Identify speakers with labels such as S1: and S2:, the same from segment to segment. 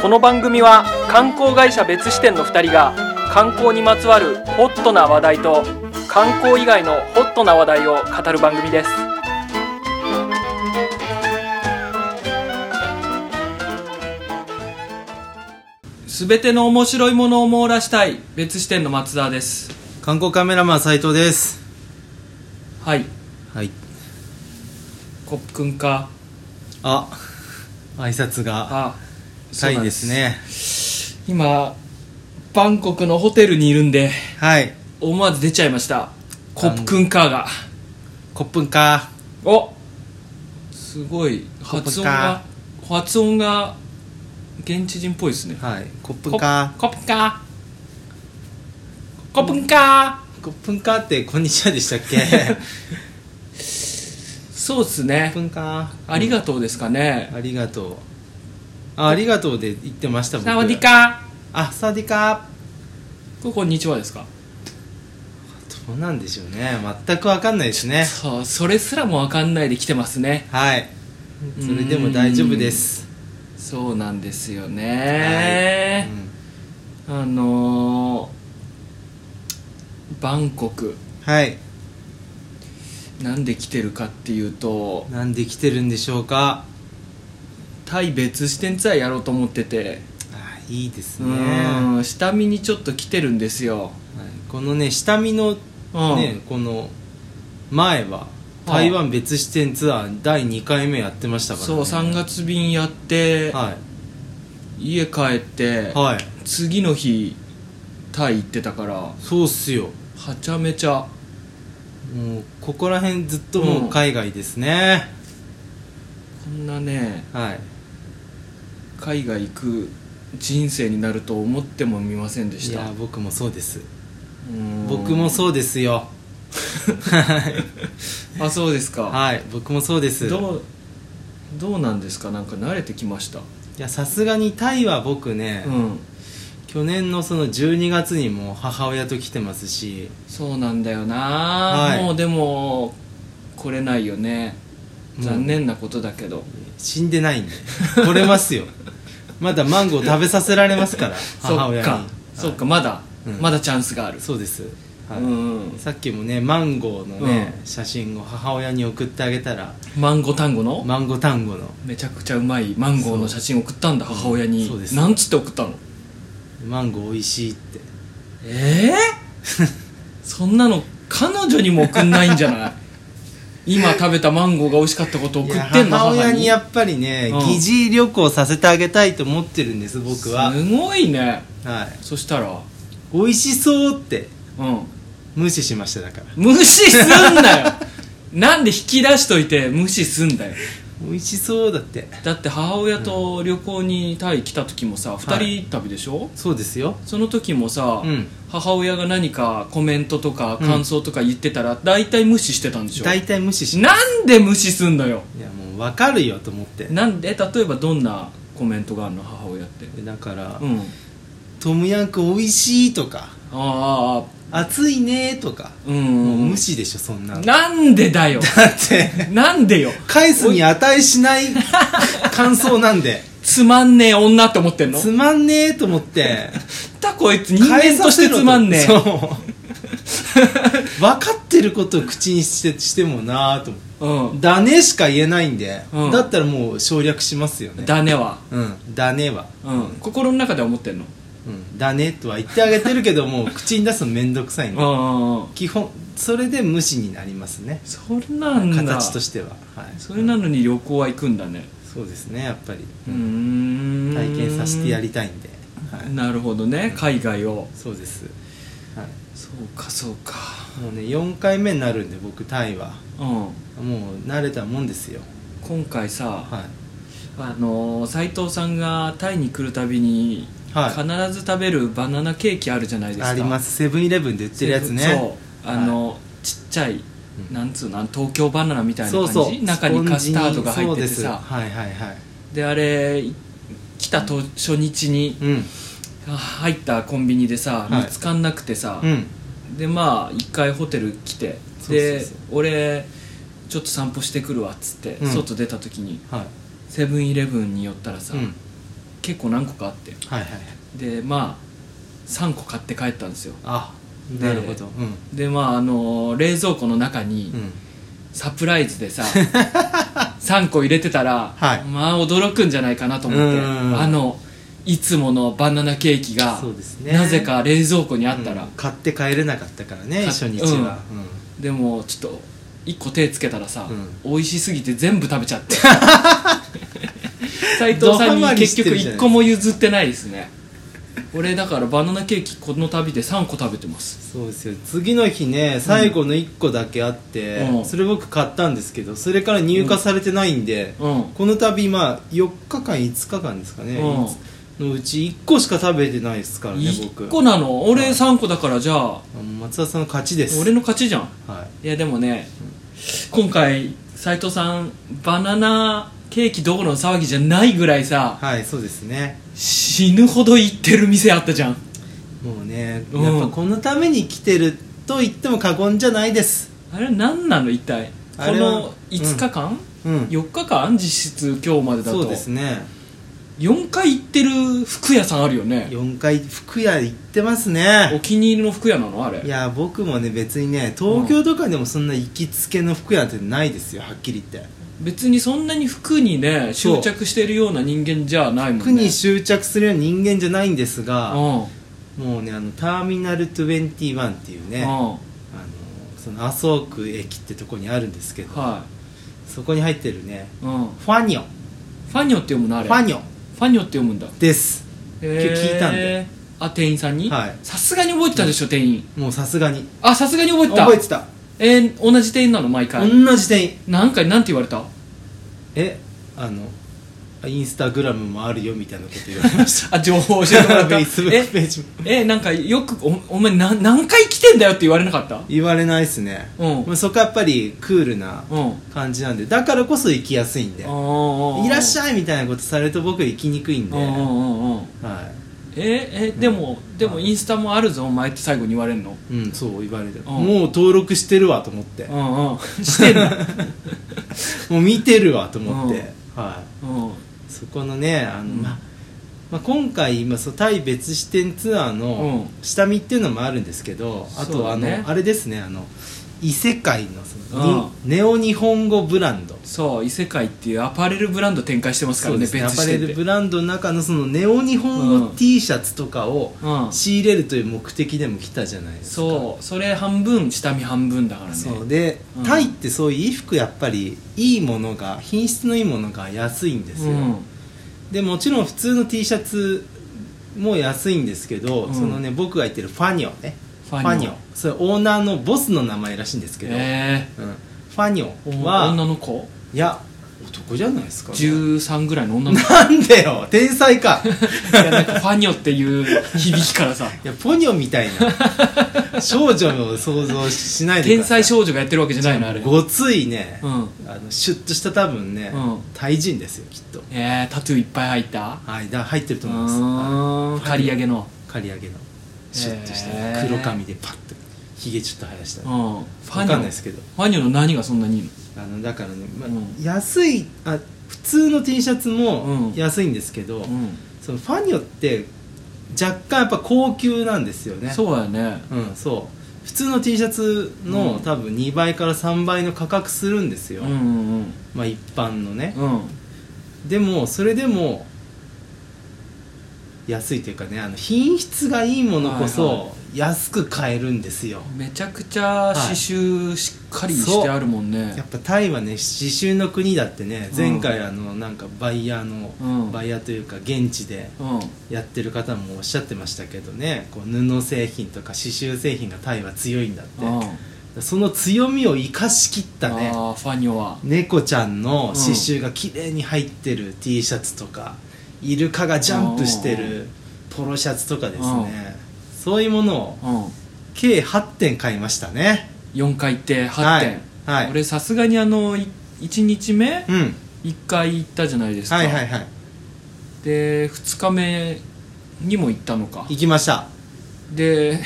S1: この番組は観光会社別支店の2人が観光にまつわるホットな話題と観光以外のホットな話題を語る番組ですすべての面白いものを網羅したい別支店の松田です
S2: 観光カメラマン斉藤です
S1: はい
S2: はい
S1: コップくんか
S2: あ挨拶が
S1: あ
S2: たいですね
S1: 今バンコクのホテルにいるんで
S2: はい
S1: 思わず出ちゃいましたコップくんかが
S2: コップンか
S1: おすごい
S2: コップ
S1: 発
S2: ン
S1: 音が
S2: か
S1: 発音が現地人っぽいですね
S2: はいコップ
S1: コ
S2: ンか
S1: コップンかコップンか
S2: コップンかってこんにちはでしたっ け
S1: そうです
S2: コッ
S1: ね
S2: プンか
S1: ありがとうですかね
S2: ありがとうあありがとうで言ってました僕
S1: サワディカ
S2: あサワディカ
S1: これこんにちはですか
S2: どうなんでしょうね全くわかんないですね
S1: そうそれすらも分かんないで来てますね
S2: はいそれでも大丈夫です
S1: そうなんですよね、あのーバンコク
S2: はい、
S1: なんで来てるかっていうと
S2: うん、なんで来てるんでしょうか
S1: タイ別支店ツアーやろうと思ってて、
S2: あいいです
S1: う
S2: ね
S1: ん下見にちょっと来てるんですよ、
S2: はいこのね下見の
S1: うん
S2: ねこの前は台湾別支店ツアー第2回目やってましたから、ね、
S1: そう3月便やって、
S2: は
S1: 家帰って、
S2: いはい
S1: 次の日タイ行ってたからは
S2: そうっすよ
S1: ちゃめちゃ
S2: もうここら辺ずっともう海外ですね、
S1: こんなね
S2: はい
S1: 海外行く人生になると思ってもみませんで
S2: い
S1: した
S2: や僕もそうです
S1: うん
S2: 僕もそうですよ
S1: あそうですか、
S2: はい僕もそうです
S1: どうどうなんですかなんか慣れてきました
S2: いやさすがにタイは僕ね、
S1: うん
S2: 去年のその12月にも母親と来てますし
S1: そうなんだよな、
S2: はい
S1: もうでも来れないよね残念なことだけど、
S2: 死んでないんで取れますよまだマンゴー食べさせられますから
S1: そっか
S2: 母親に
S1: そっかまだ、
S2: うん
S1: まだチャンスがある
S2: そうです、はい
S1: うん
S2: さっきもねマンゴーのね、写真を母親に送ってあげたら
S1: マンゴタンゴの、
S2: マンゴー単語の
S1: めちゃくちゃうまいマンゴーの写真送ったんだ母親に、
S2: そうです
S1: なんつって送ったの
S2: マンゴー美味しいって
S1: ええそんなの彼女にも送んないんじゃない 今食べたマンゴーが美味しかったこと送ってん
S2: い
S1: の
S2: や母
S1: 母に
S2: 親にやっぱりね、
S1: うん
S2: 疑似旅行させてあげたいと思ってるんです僕は、
S1: すごいね
S2: はい、
S1: そしたら
S2: 美味しそうって
S1: うん
S2: 無視しましただから
S1: 無視すんなよ なんで引き出しといて無視すんだよ
S2: 美味しそうだって
S1: だって母親と旅行にタイ来た時もさ、二2人旅でしょ
S2: そうですよ
S1: その時もさ、
S2: うん
S1: 母親が何かコメントとか感想とか言ってたら大体無視してたんでしょ、
S2: 大体無視し
S1: なんで無視すんのよ
S2: いやもう分かるよと思って
S1: なんで例えばどんなコメントがあるの母親って
S2: だから、
S1: うんあ
S2: トムヤンク美味しいとか
S1: あああ
S2: 暑いねとか、
S1: うんう
S2: もうん
S1: うん
S2: 無視でしょそんなのだ
S1: なんでだ よ
S2: って
S1: なんでよ
S2: 返すに値しない感想なんで
S1: つまんねえ女って思ってんの
S2: つまんねえと思って
S1: ったこいつ人間としてつまんねえ
S2: 返させろとそう分かってることを口にしてしてもなあと思って
S1: うん
S2: だねしか言えないんで、
S1: うん
S2: だったらもう省略しますよね
S1: だねは
S2: うんだねは、
S1: うん心の中では思ってんの
S2: うん、だねとは言ってあげてるけどもう口に出すのめんどくさいんで
S1: うんうんうん
S2: 基本それで無視になりますね
S1: それなんだ
S2: 形としては、はい、
S1: それなのに旅行は行くんだね
S2: そうですねやっぱり、
S1: うーん
S2: 体験させてやりたいんで、はい、
S1: なるほどね海外を
S2: そうです、はい、
S1: そうかそうか
S2: もうね4回目になるんで僕タイは
S1: うん
S2: もう慣れたもんですよ
S1: 今回さ
S2: は
S1: あの斎藤さんがタイに来るたびに
S2: はい
S1: 必ず食べるバナナケーキあるじゃないで
S2: い
S1: すか
S2: ありますセブンイレブンで売ってるやつね
S1: そうあの、ちっちゃい
S2: うん
S1: なんつうのあの東京バナナみたいな感
S2: そう
S1: じ
S2: そう
S1: 中にカスタードが入ってて
S2: そうです
S1: さ
S2: はいはいはい
S1: であれ来たと初日に
S2: うん
S1: あ入ったコンビニでさ、
S2: はい
S1: 見つかんなくてさ、
S2: うん
S1: でまあ一回ホテル来て
S2: そうそうそう
S1: で俺ちょっと散歩してくるわっつって、
S2: うん
S1: 外出た時に
S2: は
S1: セブンイレブンに寄ったら
S2: い
S1: さ、
S2: うん
S1: 結構何個かあって
S2: はいはい
S1: でまあ3個買って帰ったんですよ
S2: あ
S1: で
S2: なるほどうん
S1: でまああの冷蔵庫の中に
S2: うん
S1: サプライズで さ3個入れてたら、
S2: はい
S1: まあ驚くんじゃないかなと思って
S2: うん
S1: あのいつものバナナケーキが
S2: そうですね
S1: なぜか冷蔵庫にあったら、
S2: うん買って帰れなかったからね
S1: 買っ
S2: 初日は
S1: でもちょっと1個手つけたらさ、
S2: う
S1: 美味しすぎて全部食べちゃって 斉藤さんに結局1個も譲ってないですね俺だからバナナケーキこの旅で3個食べてます
S2: そうですよ次の日ね最後の1個だけあって、
S1: うん
S2: それ僕買ったんですけどそれから入荷されてないんで、
S1: うん
S2: この度まあ4日間5日間ですかね、のうち1個しか食べてないですからね
S1: 1
S2: 僕
S1: 個なの俺3個だからじゃあ
S2: 松田さんの勝ちです
S1: 俺の勝ちじゃん
S2: はい
S1: いやでもね今回斉藤さんバナナケーキどころの騒ぎじゃないぐらいさ
S2: はいそうですね
S1: 死ぬほど行ってる店あったじゃん
S2: もうね、
S1: うん
S2: やっぱこのために来てると言っても過言じゃないです
S1: あれ何なの一体こ
S2: あれは
S1: の5日間、
S2: うん
S1: 4日間実質今日までだと
S2: そうですね
S1: 4回行ってる服屋さんあるよね
S2: 4回服屋行ってますね
S1: お気に入りの服屋なのあれ
S2: いや僕もね別にね東京とかでもそんな行きつけの服屋ってないですよはっきり言って
S1: 別にそんなに服にね
S2: そう
S1: 執着してるような人間じゃないもんね
S2: 服に執着するような人間じゃないんです
S1: う
S2: が
S1: ん、
S2: もうねあのターミナル21っていうね
S1: うん
S2: あの
S1: は
S2: その麻生区駅ってとこにあるんですけどそこに入ってるね
S1: い、うん、フ
S2: ファニョ
S1: ァニョって読むのあれ
S2: ファニョ
S1: ファニョって読むんだ
S2: です
S1: へー
S2: 聞いたんで
S1: あ店員さんに
S2: はい
S1: さすがに覚えてたでしょ、店員
S2: もうさすがに
S1: あさすがに覚えてた
S2: 覚えてた
S1: えー同じ店員なの毎
S2: 同
S1: 回
S2: じ店員
S1: 何回なんて言われた
S2: えあのインスタグラムもあるよみたいなこと言われまし
S1: あ情報 教え
S2: た
S1: てもらった
S2: Facebook ページも
S1: ええなんかよくおお前な何回来てんだよって言われなかった
S2: 言われないですね、
S1: うん
S2: まあそこはやっぱりクールな
S1: うん
S2: 感じなんでだからこそ行きやすいんでい
S1: い
S2: らっし
S1: ゃ
S2: ゃいみたいなことされると僕行きにくいんではいう
S1: ええでも、でもインスタもあるぞお前って最後に言われんの
S2: うん、そう言われて
S1: ん
S2: もう登録してるわと 思って
S1: うんうんしてんの、
S2: もう見てるわと思って、は
S1: うん、
S2: い、そこのねあの、
S1: ん
S2: まあまあ、今回今そうタイ別支店ツアーの
S1: う
S2: 下見っていうのもあるんですけど、あ
S1: そう
S2: と
S1: だ
S2: あの、
S1: ね
S2: あれですねあの異世界のその、
S1: うん
S2: ネオ日本語ブランド
S1: そう異世界っていうアパレルブランド展開してますか
S2: そ
S1: ら
S2: うで
S1: ね
S2: すねア
S1: 別
S2: パ
S1: 視
S2: レ
S1: 点
S2: ル
S1: で
S2: ブランドの中のそのネオ日本語
S1: うん
S2: T シャツとかを
S1: うん
S2: 仕入れるという目的でも来たじゃないですか、
S1: そうそれ半分下見半分だからね
S2: そうで、
S1: うん
S2: タイってそういう衣服やっぱりいいものが品質のいいものが安いんですよ、
S1: うん
S2: でもちろん普通の T シャツも安いんですけど、
S1: うん
S2: そのね僕が言ってるファニョね
S1: ファニョ
S2: それオーナーのボスの名前らしいんですけど、
S1: え
S2: うん、ファニ
S1: え
S2: ョは
S1: 女の子
S2: いや男じゃないですか
S1: 13ぐらいの女の子
S2: なんでよ天才か
S1: いやなんかファニョっていう響きからさ
S2: いやポニョみたい な少女を想像しないでく
S1: 天
S2: ださい
S1: 才少女がやってるわけじゃないのあれ
S2: ごついね、
S1: うん
S2: あのシュッとした多分ね、
S1: うん
S2: タイ人ですよきっと
S1: えー、タトゥーいっぱい入った
S2: はいだ入ってると
S1: う
S2: 思いま
S1: ーん刈り上げの
S2: す刈り上げのシュッとした、
S1: へー
S2: 黒髪でパッとひげちょっと生やした、
S1: うん
S2: わ
S1: フ
S2: か
S1: ァ
S2: ん
S1: ニ
S2: ない
S1: ョ
S2: ですけど
S1: ファニョの何がそんなにいいの
S2: あのだからね、まあ
S1: うん
S2: 安いあ普通の T シャツ
S1: う
S2: も
S1: ん
S2: 安いんですけど、
S1: う
S2: そのファニョって若干やっぱ高級なんですよね
S1: ん、そうだよね
S2: うん、そう普通の T シャツの、
S1: うん
S2: 多分2倍から3倍の価格するんです
S1: う
S2: よ、
S1: んうん
S2: まあ一般のね
S1: う、んうん
S2: でもそれでも安いというかねあの品質がいいものこ
S1: はい
S2: そ安く買えるんですよ、
S1: めちゃくちゃ刺繍しっかりしてあるもんね、
S2: やっぱタイはね刺繍の国だってね
S1: うん
S2: 前回あのなんかバイヤーの、
S1: うん
S2: バイヤーというか現地で
S1: うん
S2: やってる方もおっしゃってましたけどねこう布製品とか刺繍製品がタイは強いんだって
S1: うん
S2: その強みを生かしきったね
S1: あーファニョは
S2: 猫ちゃんの刺繍が綺麗に入ってる T シャツとか、イルカがジャンプしてるポロシャツとかですね、そういうものを
S1: うん
S2: 計8点買いましたね
S1: 4回行って8
S2: はい
S1: 点、
S2: はい
S1: 俺さすがにあの1日目
S2: うん
S1: 1回行ったじゃないですか、
S2: はいはいはい
S1: で2日目にも行ったのか
S2: 行きました
S1: で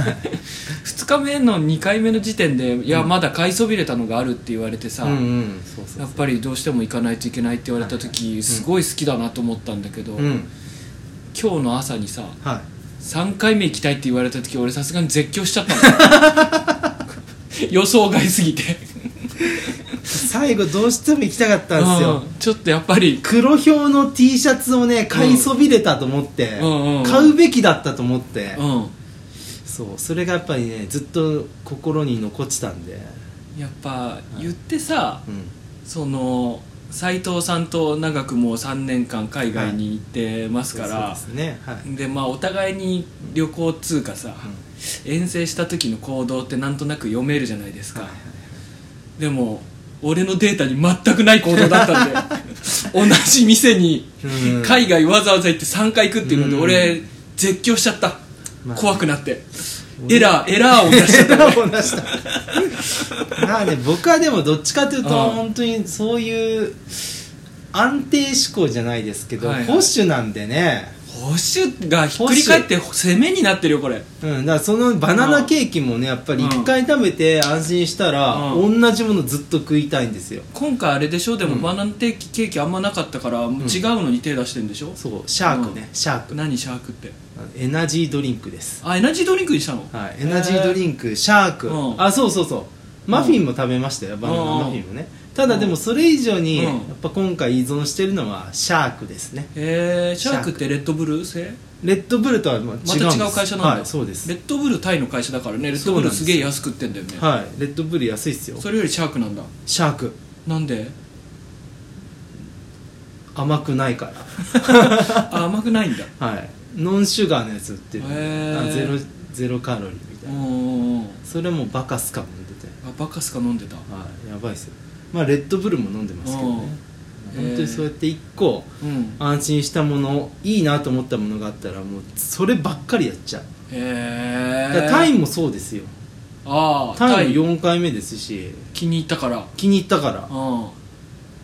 S1: 2日目の2回目の時点でいやまだ買いそびれたのがあるって言われてさ、
S2: うんうんそうそう
S1: やっぱりどうしても行かないといけないって言われた時すごい好きだなと思ったんだけど、
S2: うん
S1: 今日の朝にさ
S2: はい
S1: 3回目行きたいって言われた時俺さすがに絶叫しちゃった の予想外すぎて
S2: 最後どうしても行きたかったんですよ、
S1: うんちょっとやっぱり
S2: 黒ヒョウの T シャツをね買いそびれたと思って、
S1: うんうんうん
S2: 買うべきだったと思って、
S1: うん
S2: そうそれがやっぱりねずっと心に残ってたんで、
S1: やっぱ言ってさ、
S2: うん、
S1: その斎藤さんと長くもう3年間海外に行ってますから、
S2: そうそうですねはい、
S1: でまあお互いに旅行通過さ、遠征した時の行動ってなんとなく読めるじゃないですか、でも俺のデータに全くない行動だったんで 同じ店に
S2: うん
S1: 海外わざわざ行って3回行くっていうの
S2: うん
S1: で俺絶叫しちゃった、
S2: まあ
S1: 怖くなってエラーエラーを出しちゃった
S2: ラーを出した まあね僕はでもどっちかというと
S1: ああ
S2: 本当にそういう安定志向じゃないですけど、
S1: はいはい
S2: 保守なんでね
S1: 保守がひっくり返って攻めになってるよこれ
S2: うん、だからそのバナナケーキもねやっぱり一回食べて安心したら、
S1: うん
S2: 同じものずっと食いたいんですよ
S1: 今回あれでしょでもバナナケーキケーキあんまなかったから、違うのに手出してんでしょ
S2: そうシャークね、シャーク
S1: 何シャークって
S2: エナジードリンクです、
S1: あエナジードリンクにしたの
S2: はい、エナジードリンクシャーク、
S1: うん
S2: あそうそうそうマフィンも食べましたよバナナマフィンもねただでもそれ以上に、
S1: うん
S2: やっぱ今回依存してるのはシャークですね
S1: へえシャークってレッドブル製
S2: レッドブルとはまあ
S1: ま
S2: 違う
S1: た
S2: んです
S1: 違う会社なんだ、
S2: はい、そうです
S1: レッドブルタイの会社だからねレッドブルすげえ安く売ってんだよね
S2: はいレッドブル安いっすよ
S1: それよりシャークなんだ
S2: シャーク
S1: なん で
S2: 甘くないから
S1: あ甘くないんだ
S2: はいノンシュガーのやつ売ってる
S1: へー
S2: あゼロゼロカロリーみた
S1: う
S2: い
S1: ん
S2: な
S1: うんうん
S2: それもバカスカも出て
S1: あバカスカ飲んでた
S2: はいやばいっすよまあレッドブルも飲んでますけどね
S1: うん
S2: 本当にそうやって一個
S1: うん
S2: 安心したものいいなと思ったものがあったらもうそればっかりやっちゃう
S1: へ
S2: だか
S1: え
S2: らタイもそうですよ
S1: ああ
S2: タ
S1: タ
S2: イも
S1: イ
S2: 4回目ですし
S1: 気に入ったから
S2: 気に入ったから
S1: うん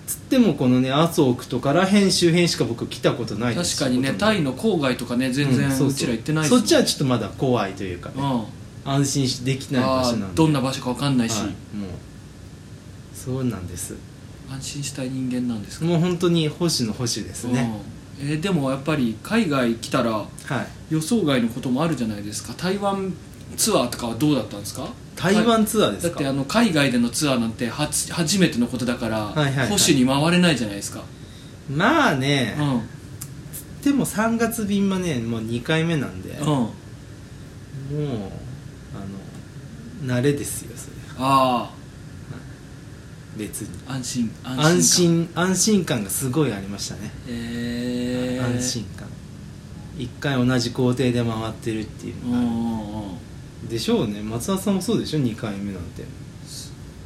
S2: つってもこのね麻生区とから編周辺しか僕来たことないです
S1: 確かにねタイの郊外とかね全然うちら行ってない
S2: し
S1: し
S2: そっちはちょっとまだ怖いというか
S1: う
S2: ね
S1: ん
S2: 安心しできない場
S1: あ
S2: 所な
S1: ー
S2: んで
S1: どんな場所か分かんないし、
S2: はい、もうそうなんです
S1: 安心したい人間なんですか
S2: もう本当に保守の保守ですね、
S1: うんえーでもやっぱり海外来たら
S2: はい
S1: 予想外のこともあるじゃないですか台湾ツアーとかはどうだったんですか
S2: 台湾ツアーで
S1: だ
S2: す
S1: っ
S2: か
S1: てあの海外でのツアーなんて初初めてのことだから、
S2: いはいはい
S1: 保守に回れないじゃないですか、
S2: まあね、
S1: うん
S2: でも3月便はねもう2回目なんで、もう
S1: うん
S2: あの慣れですよそれ
S1: あ
S2: 別に
S1: あ安心安心
S2: 安心安心感がすごいありましたね、
S1: えー、
S2: 安心感一回同じ工程で回ってるっていう
S1: うんう
S2: のがある
S1: んうん
S2: でしょうね松田さんもそうでしょ2回目なんて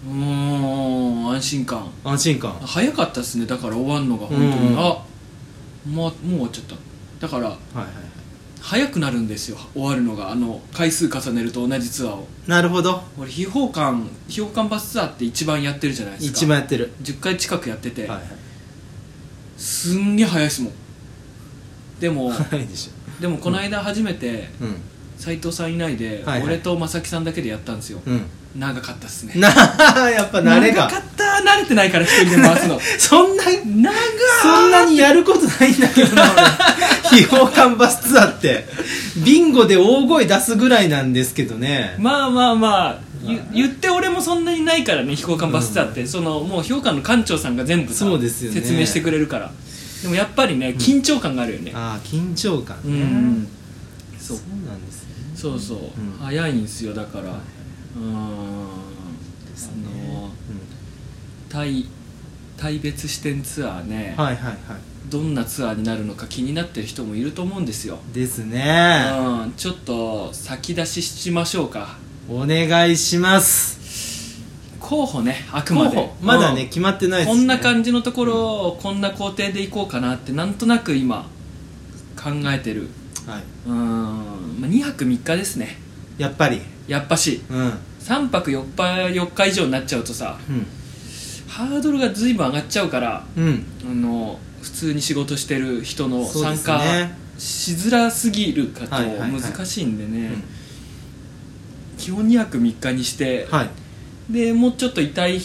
S1: うーん安心感
S2: 安心感
S1: 早かったですねだから終わんのが本当
S2: うんう
S1: に、
S2: ん
S1: あもうもう終わっちゃっただから
S2: はいはいは
S1: 早くなるんですよ終わるのがあの回数重ねると同じツアーを
S2: いなるほど
S1: 俺秘宝館秘宝館バスツアーって一番やってるじゃないですか
S2: 一番やってる
S1: 10回近くやってて、
S2: はいはい
S1: すんげえ早いですもんでも
S2: 早いでし
S1: でもこの間初めて
S2: ょうん
S1: 斎藤さんいないで、
S2: はいはい
S1: 俺と正木さんだけでやったんですよ、
S2: うん
S1: 長かったっすね
S2: なやっぱ慣れが
S1: 長かった慣れてないから一人で回 すの
S2: そんな
S1: 長っ
S2: そんなにやることないんだけどな俺 秘宝館バスツアーってビンゴで大声出すぐらいなんですけどね
S1: まあまあまあゆ言って俺もそんなにないからね飛行艦バスツアーって、そのもう評価の館長さんが全部さ
S2: そうですよね
S1: 説明してくれるからでもやっぱりね緊張感があるよね
S2: ああ緊張感
S1: うん、
S2: ね
S1: そ
S2: そううなんですね
S1: そうそう、
S2: ん
S1: 早いんですよだから、うーんあの対対別視点ツアーね、
S2: うんはいはいはい
S1: どんなツアーになるのか気になってる人もいると思うんですよ、
S2: ですね
S1: うん、ちょっと先出ししましょうか
S2: お願いします
S1: 候補ねあくまで
S2: 候補まだ
S1: う
S2: ね
S1: ん
S2: 決まってないです
S1: こ
S2: ね
S1: んな感じのところをこんな工程でいこうかなってなんとなく今考えてる
S2: はいう
S1: ーん、まあ、2泊3日ですね
S2: やっぱり
S1: やっぱし
S2: うんうん
S1: 3泊4日 ,4 日以上になっちゃうとさハードルが随分上がっちゃうから
S2: うん
S1: あの普通に仕事してる人の
S2: そうで
S1: 参
S2: す
S1: 加
S2: ね
S1: しづらすぎるかと
S2: はいはいはい
S1: 難しいんでね、
S2: うん
S1: 基本2泊3日にして、
S2: はい
S1: でもうちょっと痛い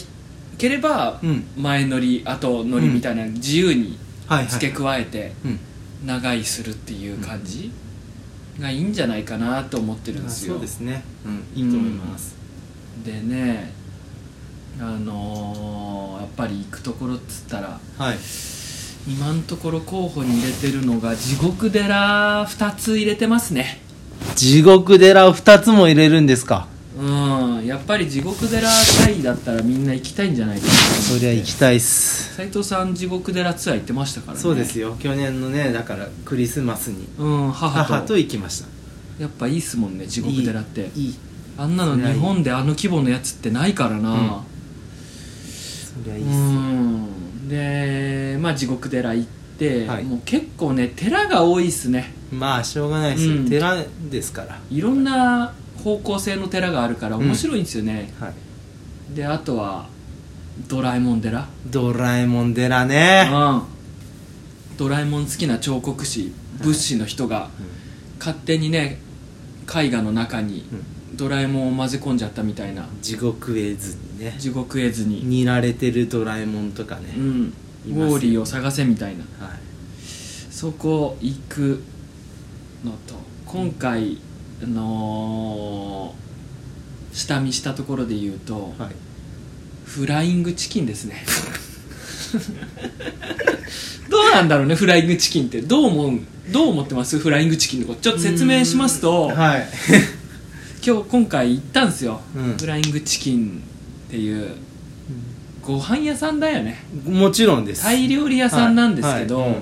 S1: ければ
S2: うん
S1: 前乗り後乗りみたいな自由に
S2: はいはい
S1: 付け加えて
S2: うん
S1: 長いするっていう感じがいいんじゃないかなと思ってるん
S2: あ
S1: ですよ
S2: そうですねうんいいと思います
S1: でねあのーやっぱり行くところっつったら
S2: はい
S1: 今のところ候補に入れてるのが地獄寺2つ入れてますね
S2: 地獄寺を2つも入れるんですか
S1: うんやっぱり地獄寺会だったらみんな行きたいんじゃないかなと思って
S2: そりゃ行きたいっす
S1: 斉藤さん地獄寺ツアー行ってましたからね
S2: そうですよ去年のねだからクリスマスに
S1: うん母と
S2: 母と行きました
S1: やっぱいいっすもんね地獄寺って
S2: いい
S1: あんなの日本であの規模のやつってないからな
S2: そりゃ
S1: う
S2: いいっす
S1: んでまあ地獄寺行って、
S2: はい
S1: もう結構ね寺が多いっすね
S2: まあしょうがないですよ、
S1: うん
S2: 寺ですから
S1: いろんな方向性の寺があるから面白いんですよね、
S2: はい
S1: であとはドラえもん寺
S2: ドラえもん寺ね
S1: うんドラえもん好きな彫刻師物資の人が勝手にね絵画の中にドラえもんを混ぜ込んじゃったみたいな
S2: 地獄絵図にね
S1: 地獄絵図に、
S2: 煮られてるドラえもんとかね、
S1: うん、ウ
S2: いますよ
S1: ォーリーを探せみたいな
S2: はい
S1: そこ行くのと今回、あのー下見したところで言うと、
S2: はい
S1: フライングチキンですね どうなんだろうねフライングチキンってどう思うどう思ってますフライングチキンのことちょっと説明しますと、
S2: はい
S1: 今日今回行ったんですよ、
S2: うん
S1: フライングチキンっていうご飯屋さんだよね
S2: もちろんです
S1: タイ料理屋さんなんですけど、
S2: はいはい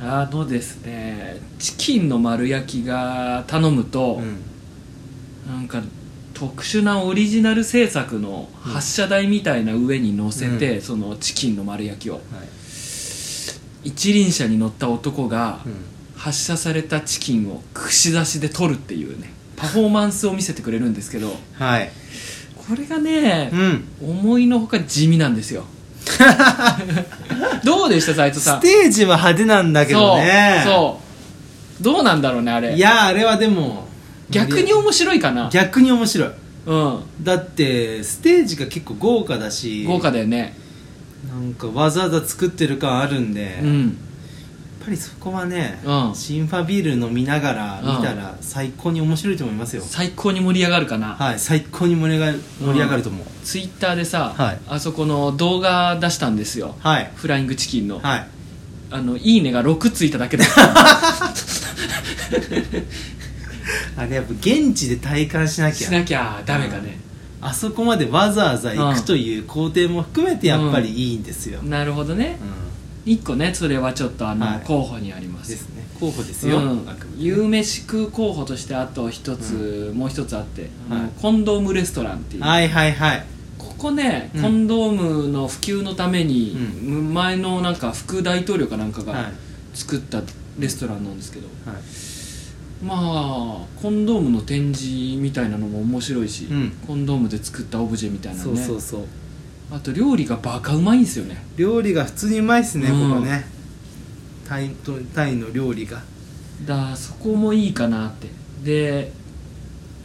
S2: うん
S1: あのですねチキンの丸焼きが頼むと、
S2: うん
S1: なんか特殊なオリジナル制作の発射台みたいな上に乗せて、
S2: う
S1: そのチキンの丸焼きを
S2: はい
S1: 一輪車に乗った男が
S2: うん
S1: 発射されたチキンを串刺しで取るっていうねパフォーマンスを見せてくれるんですけどこ
S2: はい
S1: れがね
S2: うん
S1: 思いのほか地味なんです よどうでした斉藤さん
S2: ステージは派手なんだけどね
S1: そうそうどうなんだろうねあれ
S2: やあれはでも
S1: 逆に面白いかな
S2: 逆に面白い
S1: うん
S2: だってステージが結構豪華だし
S1: 豪華だよね
S2: なんかわざわざ作ってる感あるんで、
S1: う
S2: やっ
S1: ん
S2: ぱりそこはね、
S1: うん
S2: シンファビール飲みながら見たら最高に面白いと思いますよ、
S1: 最高に盛り上がるかな、
S2: はい最高に盛り上がる盛り上がると思う、
S1: ツイッターでさ、
S2: はい
S1: あそこの動画出したんですよ
S2: はい
S1: フライングチキンの、
S2: はい
S1: あのいいねが6ついただけ だ
S2: あれやっぱ現地で体感しなき
S1: し
S2: ゃ
S1: なきゃダメかね、
S2: あそこまでわざわざ行くという工程も含めてやっぱりいいんですよ、うん
S1: なるほどね1個ねそれはちょっとあの、
S2: はい
S1: 候補にありま
S2: ですすね候補ですよ、
S1: うん
S2: あくまで
S1: 有名市空候補としてあと一つ、もう一つあって、あの
S2: はい
S1: コンドームレストランっていう、
S2: はいはいはい
S1: ここね、
S2: うん
S1: コンドームの普及のために、
S2: う
S1: 前のなんか副大統領かなんか
S2: はい
S1: が作ったレストランなんですけど、
S2: はい
S1: まあコンドームの展示みたいなのも面白いし、
S2: うん
S1: コンドームで作ったオブジェみたいなの
S2: そう
S1: ね
S2: そうそう
S1: あと料理がバカうまいんですよね
S2: 料理が普通にうまいっすね、
S1: うん
S2: ここねタイとタイの料理が
S1: だからそこもいいかなってで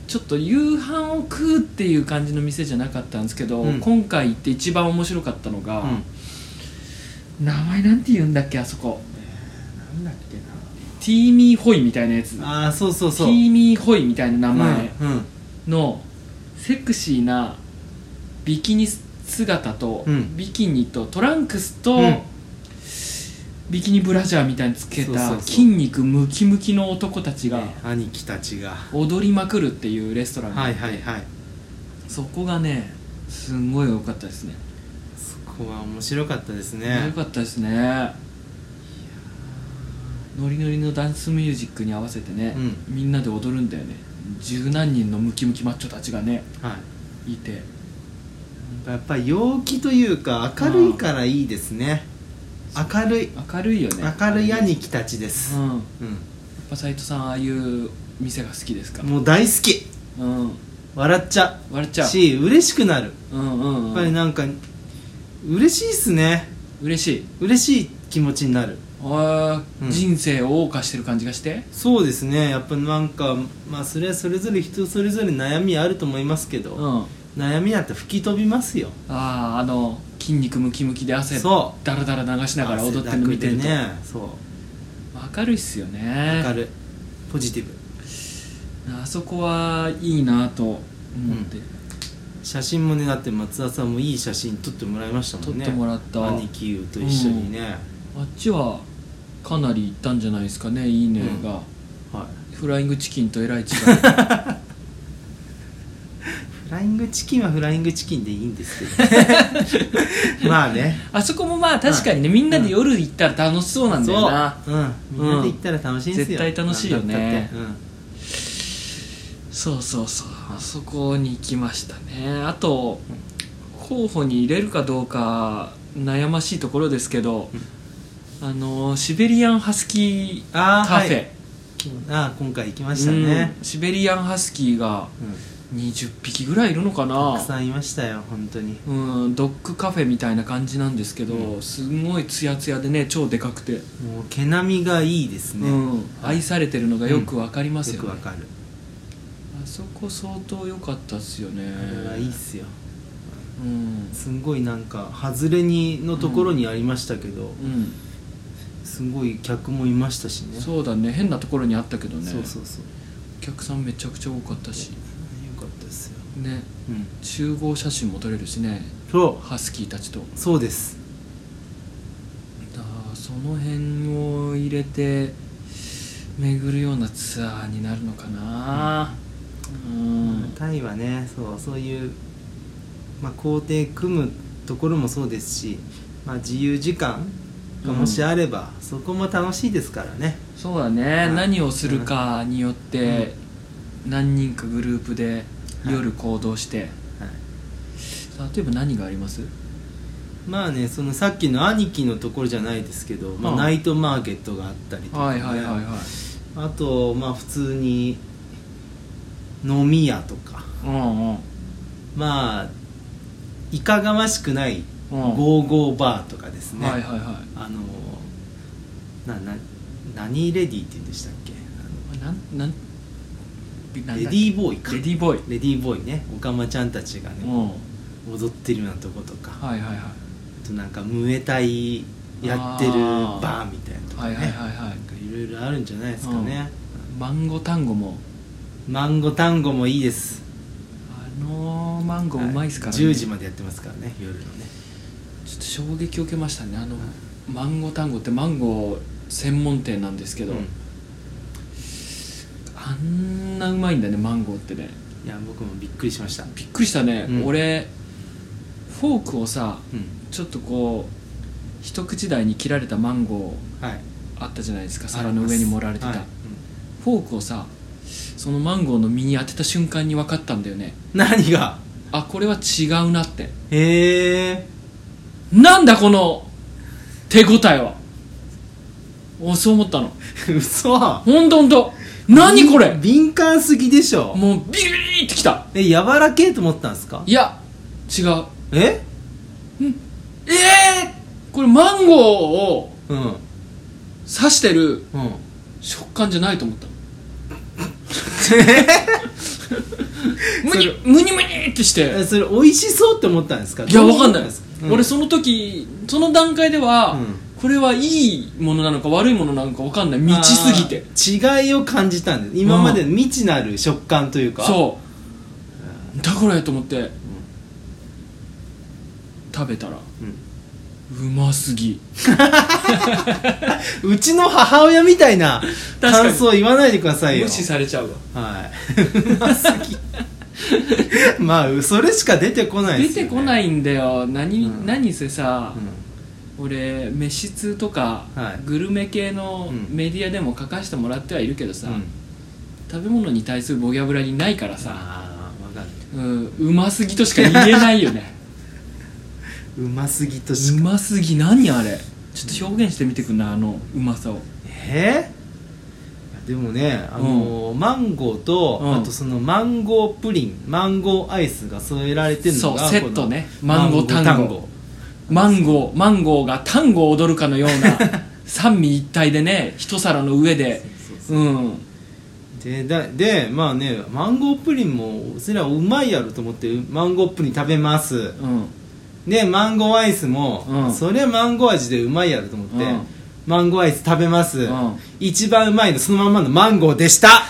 S1: ちょっと夕飯を食うっていう感じの店じゃなかったんですけど、
S2: うん
S1: 今回行って一番面白かったのが、
S2: う
S1: 名前なんて言うんだっけあそこ
S2: ん、なんだっけ
S1: ティーミーホイみたいなやつ
S2: なああそうそうそう
S1: ティーミーホイみたいな名前
S2: うんうん
S1: のセクシーなビキニ姿と、
S2: うん
S1: ビキニとトランクスと、
S2: うん
S1: ビキニブラジャーみたいにつけ
S2: そうそうそ
S1: た
S2: う
S1: 筋肉ムキムキの男たちが
S2: 兄貴たちが
S1: 踊りまくるっていうレストラン、
S2: はいはいはい
S1: そこがねすんごい良かったですね
S2: そこは面白かったです
S1: 良、
S2: ね
S1: かったですねノリノリのダンスミュージックに合わせてね、
S2: う
S1: みんなで踊るんだよね十何人のムキムキマッチョたちがね
S2: はい
S1: いて
S2: やっぱり陽気というか明るいからいいですね明るい
S1: 明るいよね
S2: 明るい兄貴たちで
S1: う
S2: す、
S1: んやっ
S2: う
S1: ぱ斎藤さんああいう店が好きですか
S2: ん、もう大好き
S1: うん
S2: 笑っちゃ
S1: 割れち
S2: う
S1: ゃう
S2: し嬉しくなる
S1: うんうん、
S2: やっ
S1: う
S2: ぱり
S1: ん、
S2: なんか嬉しいっすね
S1: 嬉しい
S2: 嬉しい気持ちになる
S1: あー
S2: うん
S1: 人生を謳歌してる感じがして
S2: そうですねやっぱなんかまあそれはそれぞれ人それぞれ悩みあると思いますけど、
S1: うん
S2: 悩みなんて吹き飛びますよ
S1: あああの筋肉ムキムキで汗
S2: そ
S1: だらだら流しながら踊ってる
S2: 汗
S1: の
S2: だく
S1: 見てると、
S2: でねそう
S1: 明るいっすよね
S2: 明るいポジティブ
S1: あそこはいいなと思って、
S2: 写真もねだって松田さんもいい写真撮ってもらいましたもんね
S1: 撮ってもらった
S2: 兄貴と一緒にね、
S1: あっちはかなりいったんじゃないですかね「いいね」が、
S2: はい
S1: フライングチキンとえらい違い
S2: フライングチキンはフライングチキンでいいんです けどまあね
S1: あそこもまあ確かにねみんなで夜行ったら楽しそうなんだよな、
S2: そう、うん、みんなで行ったら楽しいんですよ、
S1: うん絶対楽しいよね
S2: なんだったってうん
S1: そうそうそうあそこに行きましたねあと候補に入れるかどうか悩ましいところですけど、あのシベリアンハスキー
S2: あ
S1: カ
S2: ー
S1: フェ、
S2: はいああ今回行きましたね
S1: う、んシベリアンハスキーが
S2: うん
S1: 20匹ぐらいいるのかな
S2: たくさんいましたよ本当に
S1: うんドッグカフェみたいな感じなんですけど、
S2: う
S1: すごいツヤツヤでね超でかくて、
S2: もう毛並みがいいですね、
S1: うん、愛されてるのがよくわかります
S2: よ
S1: よ
S2: く
S1: ね、
S2: わかる
S1: あそこ相当良かったっすよね
S2: あれはいいっすよ
S1: うん、
S2: すんごいなんか外れにのところにありましたけど、
S1: うん
S2: すごい客もいましたしね
S1: そうだね変なところにあったけどね
S2: そうそうそう
S1: お客さんめちゃくちゃ多かったし
S2: よかったですよ、
S1: ね
S2: うん、
S1: 集合写真も撮れるしね
S2: そ
S1: ハスキーたちと
S2: うそうです
S1: だその辺を入れて巡るようなツアーになるのかなうん、
S2: タイはねそうそういう、まあ、工程組むところもそうですし、まあ、自由時間がもしあれば、そこも楽しいですからね
S1: そうだね、
S2: い
S1: 何をするかによって、何人かグループで
S2: はい
S1: 夜行動して、
S2: はい
S1: 例えば何があります
S2: まあねそのさっきの兄貴のところじゃないですけど、ま
S1: う
S2: あ、
S1: ん
S2: ナイトマーケットがあったりとか、
S1: はい
S2: ね
S1: はいはいはい
S2: あとまあ普通に飲み屋とか
S1: うんうん
S2: まあいかがましくない
S1: うん
S2: ゴーゴーバーとかですね、
S1: はいはいはい
S2: あのなな何レディーって言うんでしたっけ
S1: なんなんな
S2: あの
S1: ん
S2: レ
S1: だ
S2: ディーボーイか
S1: レディーボーイ
S2: レディーボーイねオカマちゃんたちが
S1: う
S2: ね
S1: ん
S2: 踊ってるようなとことかあ
S1: はいはいはい
S2: となんかムエタイやってる
S1: あー
S2: バーみたいなとか
S1: はい
S2: ね
S1: はいはいはい
S2: なんかいろいろあるんじゃないですかね、
S1: マンゴー単語も
S2: マンゴタンゴもいいです
S1: あのマンゴーうまいっすからね、
S2: 10時までやってますからね夜のね
S1: ちょっと衝撃を受けましたねあの、マンゴー単語ってマンゴー専門店なんですけ
S2: け
S1: ど、あんなうまいんだねマンゴーってね
S2: いや僕もびっくりしました
S1: びっくりしたね、
S2: うん
S1: 俺フォークをさ
S2: うん
S1: ちょっとこう一口大に切られたマンゴー
S2: はい
S1: あったじゃないですか皿の上に盛ら れてた、
S2: はい
S1: フォークをさそのマンゴーの実に当てた瞬間に分かったんだよね
S2: うん何が
S1: あこれは違うなって
S2: へえ
S1: なんだこの手応えはおそう思ったの
S2: 嘘
S1: ほんとほんと何これ
S2: 敏感すぎでしょ
S1: もうビリビリってきた
S2: え柔らけえと思ったんですか
S1: いや違う
S2: え
S1: ええー、これマンゴーを
S2: うんうん
S1: 刺してる食感じゃないと思ったの むにむにむにってして
S2: えそれ美味しそうって思ったんですか
S1: いやわかんないです、
S2: うん
S1: 俺その時その段階では、
S2: うん
S1: これはいいものなのか悪いものなのかわかんない満ちすぎて
S2: あー違いを感じたんです今までの未知なる食感というか
S1: そうだからやと思って、食べたら
S2: う
S1: うますぎ
S2: ん、うちの母親みたいな
S1: 確かに
S2: 感想言わないでくださいよ
S1: 無視されちゃうわ
S2: はい うますぎまあそれしか出てこないで
S1: 出
S2: すよ、
S1: て
S2: ね、、
S1: こないいんだよ何,、
S2: うん
S1: 何せさ
S2: う、ん
S1: 俺飯通とか、
S2: はい
S1: グルメ系の
S2: うん
S1: メディアでも書かせてもらってはいるけどさ、
S2: うん
S1: 食べ物に対するボキャブラリーないからさ、
S2: ああ分かる
S1: うん、うますぎとしか言えないよ ね
S2: うますぎとし
S1: う
S2: か
S1: ますぎ何あれちょっと表現してみてくんなあのうまさを
S2: えー、でもねあのーマンゴーと、
S1: うん
S2: あとそのマンゴープリンマンゴーアイスが添えられてる
S1: そ
S2: の
S1: う
S2: が
S1: セットねマンゴー単語マンゴーマンゴーがタンゴを踊るかのような 三位一体でね一皿の上で
S2: そうそう
S1: うん
S2: でだでまあねマンゴープリンもそれはうまいやろと思ってマンゴープリン食べます
S1: うん
S2: でマンゴーアイスも、
S1: うん
S2: それはマンゴー味でうまいやろと思って、
S1: うん
S2: マンゴーアイス食べます、
S1: ん
S2: 一番うまいのそのまんまのマンゴーでした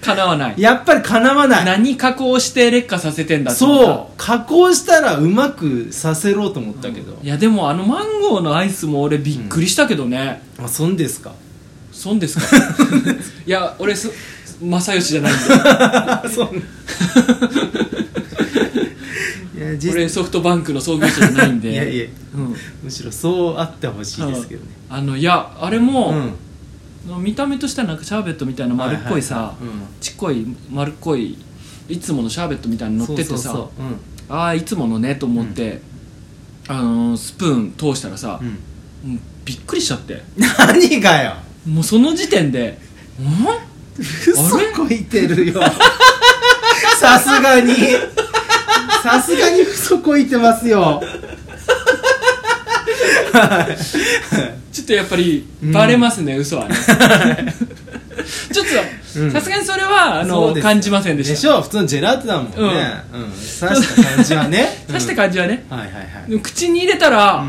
S1: かなわない
S2: やっぱりかなわない
S1: 何加工して劣化させてんだと思った
S2: そう加工したらうまくさせろうと思ったけど、
S1: いやでもあのマンゴーのアイスも俺びっくりしたけどね、
S2: あそんで すか
S1: 損 ですかいや俺す正義じゃないんで
S2: そんいや実
S1: 俺ソフトバンクの創業者じゃないんで
S2: いやいや
S1: うん
S2: むしろそうあってほしいですけどね
S1: あのいやあれも、
S2: うん
S1: 見た目としてはなんかシャーベットみたいな丸っこいさ、
S2: はいはいはいうん
S1: ちっこい丸っこいいつものシャーベットみたいに乗っててさ
S2: そうそうそううん
S1: ああいつものねと思って、あのースプーン通したらさ、
S2: うん
S1: もうびっくりしちゃって
S2: 何がよ
S1: もうその時点で「ん
S2: 嘘こいてるよ さすがにさすがに嘘こいてますよ
S1: ちょっとやっぱり
S2: うん
S1: バレますね、嘘 はねちょっ
S2: う
S1: と
S2: ん
S1: さすがにそれはあ
S2: そ
S1: の
S2: うです
S1: 感じませんでした
S2: でしょ普通のジェラートだもんね
S1: うん
S2: うん、刺した感じはね
S1: 刺した感じはね、
S2: うんはいはいはい
S1: でも口に入れたら、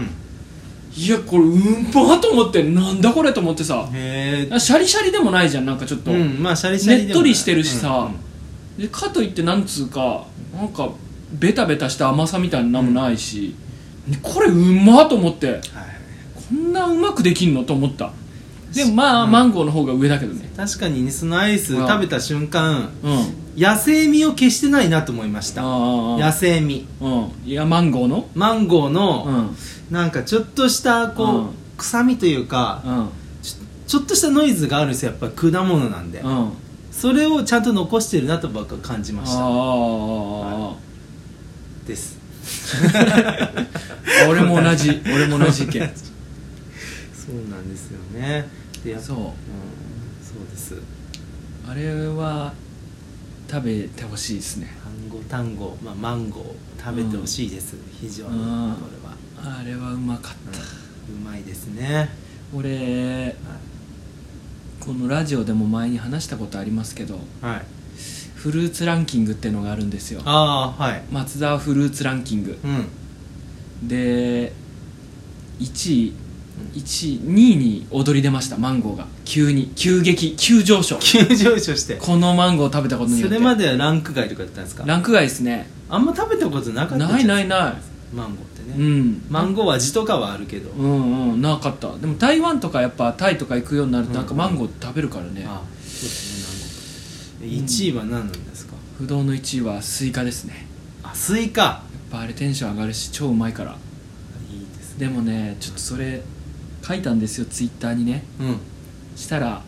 S2: う
S1: いやこれうんまと思ってなんだこれと思ってさ
S2: ん、へえ
S1: シャリシャリでもないじゃんなんかちょっと、
S2: うんまあシャリシャリ
S1: ねっ
S2: でもない
S1: とりしてるしさ
S2: うん、
S1: でかといってなんつうかなんかベタベタした甘さみたいなのもないし、これうまっと思って
S2: うんはい
S1: こんなうまくできんのと思ったでもまあ、マンゴーの方が上だけどね
S2: 確かにねそのアイス
S1: うん
S2: 食べた瞬間
S1: うん
S2: 野生味を消してないなと思いまし
S1: あ
S2: た
S1: あ
S2: 野生味
S1: うんいやマンゴーの
S2: マンゴ
S1: う
S2: ーの
S1: ん
S2: なんかちょっとした
S1: う
S2: こ
S1: ん
S2: う臭みというか
S1: うん
S2: ちょちょっとしたノイズがあるんですよやっぱり果物なんで
S1: うん
S2: それをちゃんと残してるなと僕は感じました
S1: あ
S2: です
S1: あ俺も同じ俺も同じ意 見
S2: そうなんですよねでやっぱ
S1: そう
S2: うんそうです
S1: あれは食べてほしいですね
S2: 単語単語、まあ、マンゴー食べてほしいです、非常にこれ
S1: うん
S2: は、
S1: あれはうまかった、
S2: うまいですね、
S1: 俺このラジオでも前に話したことありますけど
S2: はい、はい
S1: フルーツランキングってのがあるんですよ
S2: ああはい
S1: 松沢フルーツランキング
S2: うん
S1: で1位1位2位に躍り出ましたマンゴーが急に急激急上 昇
S2: 急上昇して
S1: このマンゴーを食べたことによ
S2: そ
S1: って
S2: れまではランク外とかだったんですか
S1: ランク外ですね
S2: あんま食べたことなかった
S1: ないない
S2: い
S1: な
S2: マンゴーっ
S1: い、
S2: てね、
S1: うん、
S2: マンゴー味とかはあるけど、
S1: うんうんなかったでも台湾とかやっぱタイとか行くようになるとなんか
S2: うん
S1: マンゴー食べるからね、
S2: あそうですねマンゴー1位は何なんですか、
S1: 不動の1位はスイカですね
S2: あスイカ
S1: やっぱあれテンション上がるし超うまいから
S2: いいです
S1: で
S2: ね
S1: もねちょっとそれ書いたんですよツイッターにね
S2: うんうん
S1: したら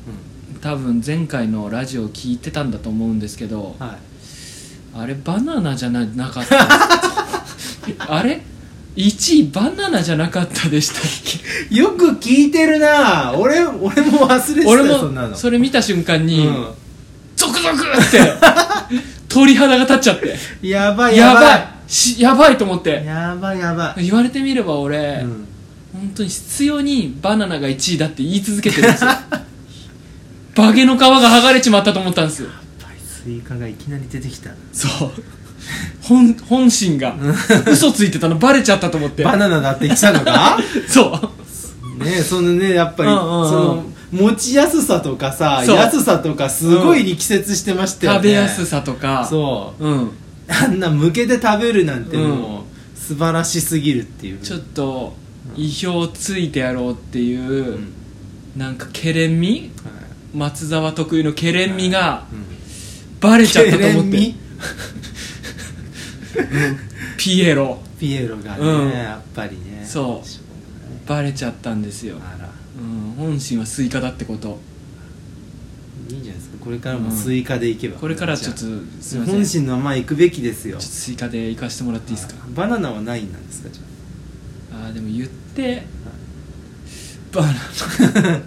S1: 多分前回のラジオ聞いてたんだと思うんですけど
S2: はい
S1: あれバナナじゃななかった ですあれ1位バナナじゃなかったでしたっ
S2: よく聞いてるなぁ俺俺も忘れ
S1: け
S2: てた
S1: 俺
S2: よそんな
S1: も
S2: の
S1: それ見た瞬間に、
S2: うん
S1: ゾクゾクって鳥肌が立っちゃって
S2: やばい
S1: や
S2: や
S1: ば
S2: ば
S1: いしやばいと思っ
S2: い
S1: て
S2: やばいやばい
S1: 言われてみれば俺、
S2: うん
S1: 本当に必要にバナナが1位だって言い続けてるん ですよバゲの皮が剥がれちまったと思ったんですよ
S2: やっぱりスイカがいきなり出てきたな
S1: そう本本心が嘘ついてたのバレちゃったと思って
S2: バナナだって言ってたの か
S1: そう
S2: ねそのねやっぱり、
S1: うんうんうん
S2: その持ちやすさとかさ
S1: そう
S2: 安さとかすごい力説してましたよね、
S1: 食べやすさとか、
S2: そう
S1: ん、
S2: うあんな向けて食べるなんて
S1: うん
S2: もう、素晴らしすぎるっていう
S1: ちょっと意表をついてやろうっていう、
S2: うん
S1: なんかケレン味
S2: はい
S1: 松沢特有のケレン味が
S2: うん
S1: バレちゃったと思っ
S2: ケレ
S1: て
S2: ミ
S1: ピエロ
S2: ピエロがね、
S1: うん
S2: やっぱりね
S1: そう
S2: しょ
S1: バレちゃったんですよ
S2: う、がないあら
S1: うん、本心はスイカだってこと
S2: いいんじゃないですかこれからもスイカでいけば、
S1: これからちょっと
S2: じゃ
S1: すい
S2: あ
S1: ません
S2: 本
S1: ちょ
S2: 心のまま行くべきですよ
S1: っとスイカで行かしてもらっていいですか
S2: バナナはないんなんですかじゃ
S1: あーでも言ってバナ ナ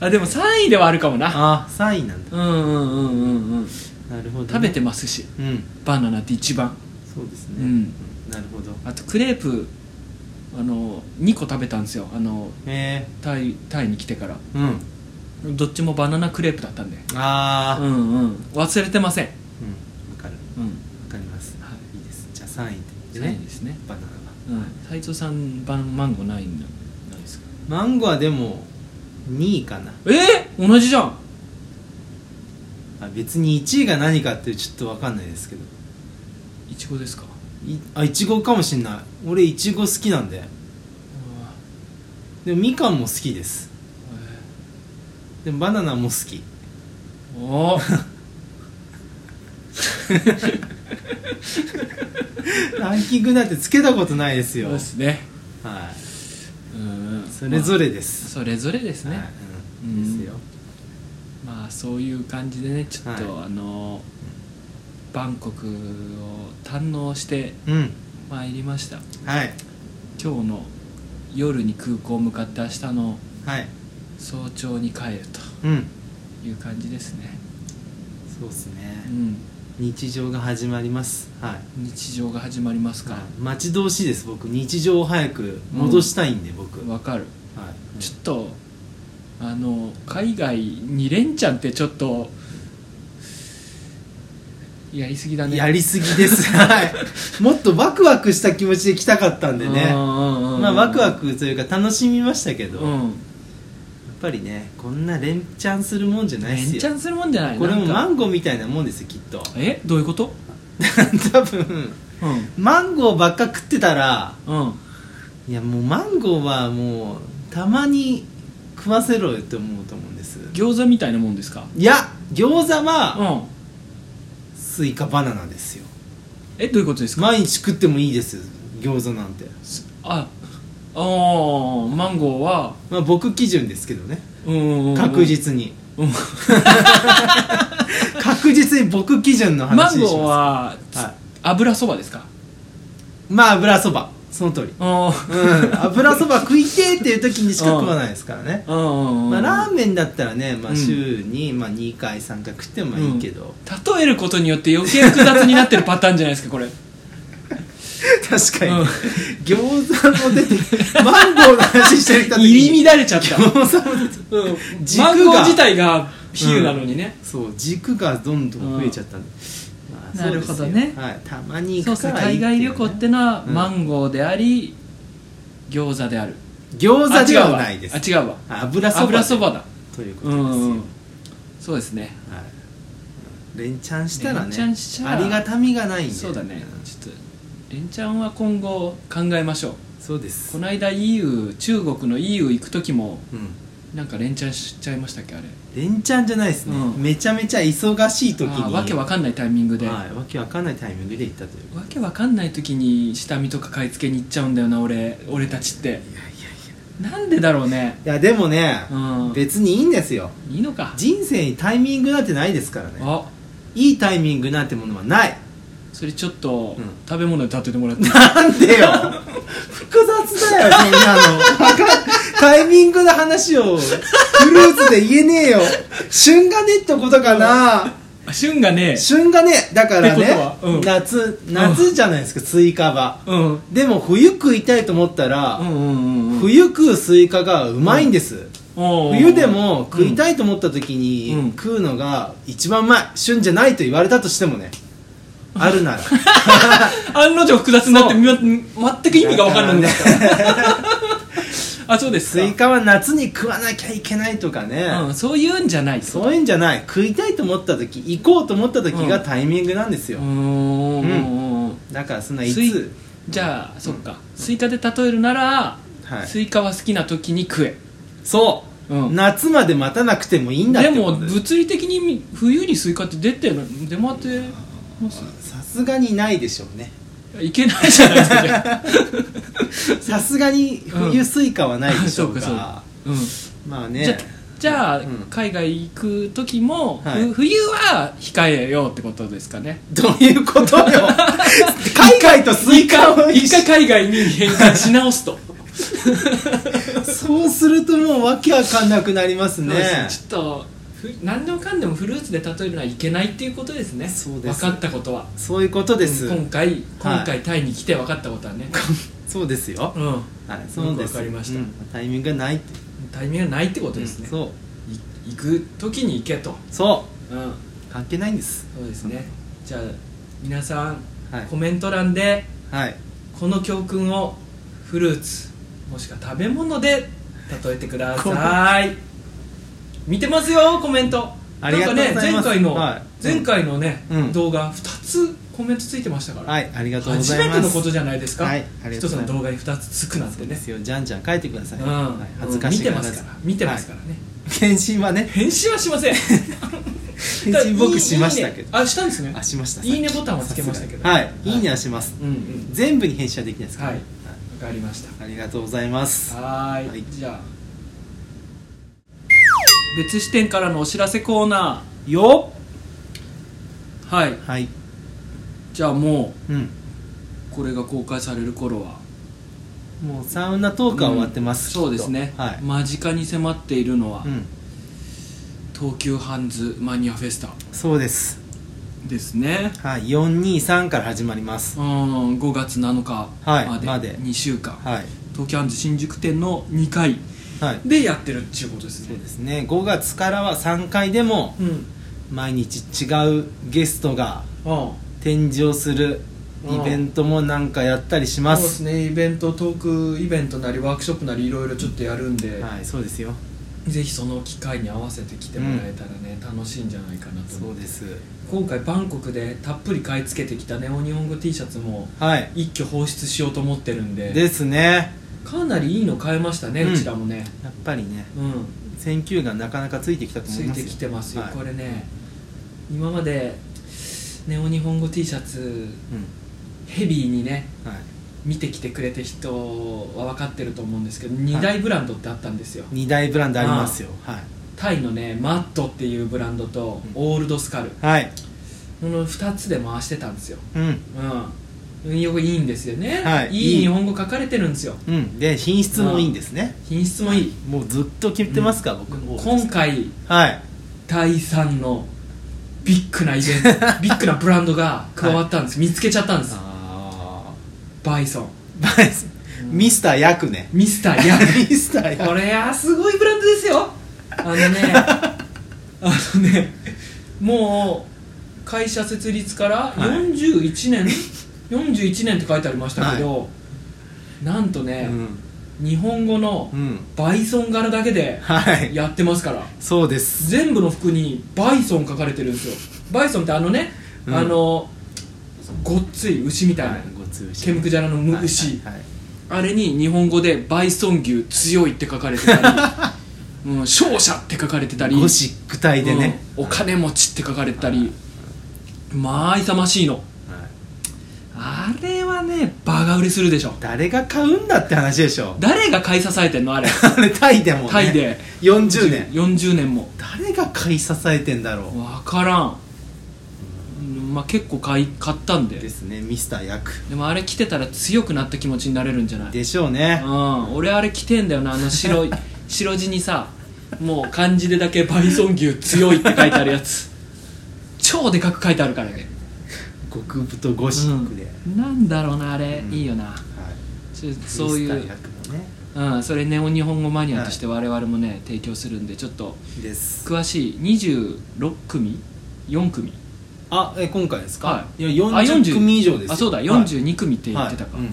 S1: あでも3位ではあるかもな
S2: ああ3位なんだ
S1: うんうんうんうんうん
S2: なるほどね、
S1: 食べてますし
S2: うん
S1: バナナって一番
S2: そうですね、
S1: うん
S2: なるほど
S1: あとクレープあの2個食べたんですよあの
S2: え
S1: タイタイに来てから
S2: ー、うん
S1: どっちもバナナクレープだったんで
S2: ああ
S1: う
S2: うん
S1: ん
S2: わ、
S1: うん忘れてません
S2: かる
S1: うん
S2: わかります、、
S1: はい
S2: いですじゃあ3位で
S1: い
S2: ね
S1: ですね
S2: バナナは
S1: 斎藤さんバマンゴないんだないですか
S2: マンゴーはでも2位かな
S1: えー、同じじゃん
S2: あ別に1位が何かってちょっとわかんないですけど
S1: いちごですか
S2: いあいちごかもしんない俺いちご好きなんででもみかんも好きですでもバナナも好き
S1: お ー
S2: ランキングなんてつけたことないですよ
S1: そうですね
S2: はい
S1: うん
S2: それぞれで
S1: まあ
S2: す、
S1: それぞれですね、
S2: はいうん
S1: うん
S2: ですよ
S1: まあそういう感じでねちょっと、
S2: は
S1: あのバンコクを堪能して
S2: うん
S1: まいりました
S2: はい
S1: 今日の夜に空港を向かって明日の
S2: はい
S1: 早朝に帰る
S2: うん
S1: という感じですね、
S2: そうですね、
S1: うん、
S2: 日常が始まりますはい
S1: 日常が始まりますか
S2: 待ち遠しいです僕日常を早く戻したいんで、僕、はい
S1: わ、かるちょっとあの海外2連チャンってちょっとやりすぎだね
S2: やりすぎです、 はい、もっとワクワクした気持ちで来たかったんでねま
S1: ま
S2: あワクワクというか楽しみましたけど、
S1: う
S2: や
S1: ん
S2: っぱりねこんな連チャンするもんじゃない
S1: 連
S2: です
S1: チャ
S2: よ
S1: ンするもんじゃない
S2: これもマ
S1: なんか
S2: ンゴーみたいなもんですよきっと
S1: えどういうこと
S2: 多分
S1: うん
S2: マンゴーばっか食ってたら
S1: うん
S2: いやもうマンゴーはもうたまに食わせろよって思うと思うんです
S1: 餃子みたいなもんですか
S2: いや餃子は、
S1: うん
S2: スイカバナナですよ
S1: えどういうことですか
S2: 毎日食ってもいいですよ餃子なんて、
S1: ああーマンゴーは
S2: まあ、僕基準ですけどね
S1: うんうんうんうん
S2: 確実 に
S1: うん
S2: 確実に僕基準の
S1: マ
S2: 話
S1: ン
S2: にしま
S1: ゴー
S2: す
S1: はつ
S2: は
S1: 油そばですか
S2: い、まあ油そばその通り
S1: うん
S2: うん油そば食いてーっていう時にしか食わないですからね、
S1: うん
S2: まあ、ラ
S1: ン
S2: ーメンだったらね、ま
S1: う
S2: あ、
S1: ん
S2: 週に、まあ、2回3回食ってもいいけど、
S1: 例えることによって余計複雑になってるパターンじゃないですかこれ
S2: 確かに、
S1: うん
S2: 餃子も出てきてマンゴーの話してきた時に
S1: 入り乱れちゃった、
S2: 餃子も出て
S1: うん
S2: 軸が
S1: マンゴー自体が比喩なのにね、
S2: そう軸がどんどん増えちゃったんで、ま
S1: な
S2: あ
S1: るほどね
S2: そうですよはい、たまに
S1: そう
S2: 行
S1: っ
S2: く
S1: す
S2: か
S1: ね
S2: らいい
S1: 海外
S2: っていうね
S1: 旅行ってのは、
S2: うん
S1: マンゴーであり餃子である
S2: 餃子で
S1: あ違う
S2: は
S1: わ
S2: ないです
S1: あ違うわ
S2: 油そば
S1: 油そばだ
S2: というこ
S1: う
S2: とですよ、
S1: ん、う
S2: は
S1: ん
S2: い、
S1: そうですね
S2: 連チャンしたらね
S1: 連チャンしたら
S2: ありがたみがないんで
S1: そうだね
S2: ん
S1: ちょっとレンちゃんは今後考えましょう
S2: そうです
S1: この間 EU 中国の EU 行く時も
S2: うん
S1: なんかレンちゃんしちゃいましたっけあれ
S2: 連チャンじゃないですね、
S1: うん
S2: めちゃめちゃ忙しい時
S1: あー
S2: に
S1: わけわかんないタイミングで、
S2: はいわけわかんないタイミングで行ったという
S1: わけわかんない時に下見とか買い付けに行っちゃうんだよな俺俺たちって
S2: いやいやい
S1: なんでだろうね
S2: やいやでもね、
S1: うん
S2: 別にいいんですよ
S1: いいのか
S2: 人生にタイミングなんてないですからね
S1: あ
S2: いいタイミングなんてもの はない
S1: それちょっと、
S2: うん
S1: 食べ物に例えてもらって
S2: なんでよ 複雑だよそんなの わかんタイミングの話をフルーツで言えねえよ旬がねってことかな
S1: あ旬がね
S2: 旬がねだから
S1: って
S2: ね
S1: ことは、うん
S2: 夏夏じゃないですか、スイカは
S1: うんうん
S2: でも冬食いたいと思ったら、
S1: うんうんうん
S2: 冬食うスイカがうまいんです、
S1: おー
S2: 冬でも食いたいと思った時に、
S1: うん
S2: 食うのが一番うまい旬じゃないと言われたとしてもねあるなら
S1: うん案の定複雑になってま全く 意味が分かんないんだ
S2: だからね
S1: あそうです
S2: ス
S1: か
S2: イカは夏に食わなきゃいけないとかね、
S1: うん、そういうんじゃないと
S2: そういうんじゃない食いたいと思った時行こうと思った時
S1: う
S2: が
S1: ん
S2: タイミングなんですよ、
S1: うーんうんうん
S2: だからそんない
S1: スイ
S2: つ、
S1: じゃあそっかスイカで例えるなら、
S2: はい、
S1: スイカは好きな時に食え
S2: そう、
S1: うん
S2: 夏まで待たなくてもいいんだっ
S1: で
S2: て
S1: も
S2: ことです
S1: 物理的に冬にスイカって出てる出回ってます
S2: さすがにないでしょうね
S1: いけないじゃないですかじゃあ
S2: さすがに冬スイカはないでしょう
S1: そう
S2: か
S1: か、 うん
S2: まあ
S1: じゃ
S2: ね
S1: じゃあ、
S2: うん
S1: 海外行く時も、
S2: はい
S1: ふ冬は控えようってことですかね
S2: どういうことよ 海外とスイカを
S1: 一回海外に変換し直すと
S2: そうするともうわけわかんなくなりますね
S1: そうですねちょっとふ何でもかんでもフルーツで例えるのはいけないっていうことですね
S2: そうです
S1: 分かったことは
S2: そういうことです、
S1: 今回今回タイに来て分かったことはね、
S2: そうですよ、
S1: うん
S2: はい、そ
S1: よ
S2: うです
S1: くわかりました
S2: うんタイミングがないって
S1: タイミングがないってことですね、
S2: そう
S1: い行く時に行けと、
S2: そ
S1: うん、
S2: う関係ないんです
S1: そうですねじゃあ皆さん、
S2: はい
S1: コメント欄で
S2: はい
S1: この教訓をフルーツもしくは食べ物で例えてくださ い見てますよコメント
S2: ありがとうございます
S1: なんかね前回の、
S2: はい
S1: 前回のね、
S2: うん
S1: 動画2つコメントついてましたから、
S2: はいありがとうご
S1: 初
S2: ざ
S1: め
S2: いま
S1: て
S2: す
S1: のことじゃないですか、
S2: はいありが
S1: 一つ
S2: とうございます
S1: の動画に2つつくなんて
S2: で
S1: ね
S2: すよじゃんじゃん書いてください、
S1: うん
S2: はい、恥ずかしい
S1: 見てますから見てますからね、
S2: ら返信はね
S1: 返信はしません
S2: 返信僕しましたけ
S1: い
S2: ど
S1: いねあしたんですね
S2: あしました
S1: いいねボタンはつけましたけど
S2: はいいいねはします、
S1: うんうん
S2: 全部に返信はできないですから、
S1: はいわかりました
S2: ありがとうございます
S1: はーい
S2: はい
S1: じゃあ別視点からのお知らせコーナ
S2: よ
S1: ーはい
S2: っはい
S1: じゃあも
S2: うん
S1: うこれが公開される頃は
S2: もうサウナトークは終わってます、
S1: うんそうですね、
S2: はい、
S1: 間近に迫っているのは、
S2: うん、
S1: 東急ハンズマニアフェスタ
S2: そうです
S1: ですね
S2: はい423から始まります
S1: うん5月7日
S2: はい
S1: まで,、
S2: まで
S1: 2週間、
S2: はい
S1: 東急ハンズ新宿店の2階
S2: はい
S1: でやってるっていうことです
S2: そう
S1: ね
S2: ですね5月からは3回でも
S1: うん
S2: 毎日違うゲストが
S1: あ
S2: 展示をするイベントもなんかやったりし
S1: あ
S2: ま
S1: そうですすねイベントトークイベントなりワークショップなりいろいろちょっとやるんで、
S2: はいそうですよ
S1: ぜひその機会に合わせて来てもらえたらね、楽しいんじゃないかなと
S2: そ
S1: 思う
S2: うです
S1: 今回バンコクでたっぷり買い付けてきたネオ日本語 T シャツも
S2: はい
S1: 一挙放出しようと思ってるんで
S2: ですね
S1: かなりいいの買えましたね、う
S2: うん
S1: ちらもね
S2: やっぱりね
S1: うん
S2: 選球眼なかなかついてきたと
S1: つ
S2: 思い
S1: い
S2: ます
S1: て
S2: よ
S1: きてますよ、
S2: はい
S1: これね今までネオ日本語 T シャツヘビーにね
S2: うんはい、
S1: 見てきてくれた人は分かってると思うんですけど2大ブランドってあったんですよ、
S2: 2大ブランドありますよはい、
S1: タイのねマットっていうブランドと
S2: うん
S1: オールドスカル
S2: はい
S1: この2つで回してたんですよ
S2: うん
S1: うん運用いいんですよね、
S2: は
S1: い
S2: い
S1: 日本語書かれてるんですよ
S2: うん、で品質もいいんですね
S1: 品質もいい
S2: もうずっと決めてますから、僕も
S1: 今回
S2: はい
S1: タイ産のビッグなイベント ビッグなブランドが加わったんです、見つけちゃったんです
S2: あ
S1: バイソン
S2: あ ミスターヤクね
S1: ミスターヤ
S2: ミスターヤ
S1: こ
S2: ク
S1: れはすごいブランドですよあのね あのねもう会社設立から
S2: はい
S1: 41年、41年って書いてありましたけど、なんと
S2: う
S1: ね、
S2: ん、
S1: 日本語の
S2: うん、
S1: バイソン柄だけで
S2: はい
S1: やってますから
S2: そうです
S1: 全部の服にバイソン書かれてるんですよバイソンってあのね、
S2: うん
S1: あのごっつい牛みたいな、
S2: ご通
S1: ケムクジャラのむ牛、
S2: はいはい
S1: あれに日本語でバイソン牛強いって書かれてたり うん、勝者って書かれてた
S2: はい
S1: り
S2: ゴシック体でね、
S1: うんお金持ちって書かれてたりまあ勇ましいの
S2: はい
S1: あれはねバカ売れするでしょ
S2: 誰が買うんだって話でしょ
S1: 誰が買い支えてんのあれ
S2: あれ タイでもね
S1: タイで
S2: 40年
S1: 40年も
S2: 誰が買い支えてんだろ
S1: 分からん、うんまあ結構買い買ったんで
S2: うですねミスターヤク
S1: でもあれ着てたら強くなった気持ちになれるんじゃない
S2: でしょうね
S1: うん俺あれ着てんだよな あの白い白地にさもう漢字でだけバイソン牛強いって書いてあるやつ超でかく書いてあるからね、
S2: 極太ゴシックで、
S1: うんなんだろうなあれ、
S2: うん
S1: いいよな
S2: はい
S1: ちょそうい
S2: ミスタ
S1: う
S2: ー、100のね
S1: うん、それネオ日本語マニアとして我々もね提供するんでちょっと
S2: です
S1: 詳しい26組4組
S2: あえ今回ですか、、
S1: はい
S2: や
S1: あ
S2: 40組以上ですよ
S1: あそうだ
S2: はい
S1: 42組って言ってたか、
S2: はい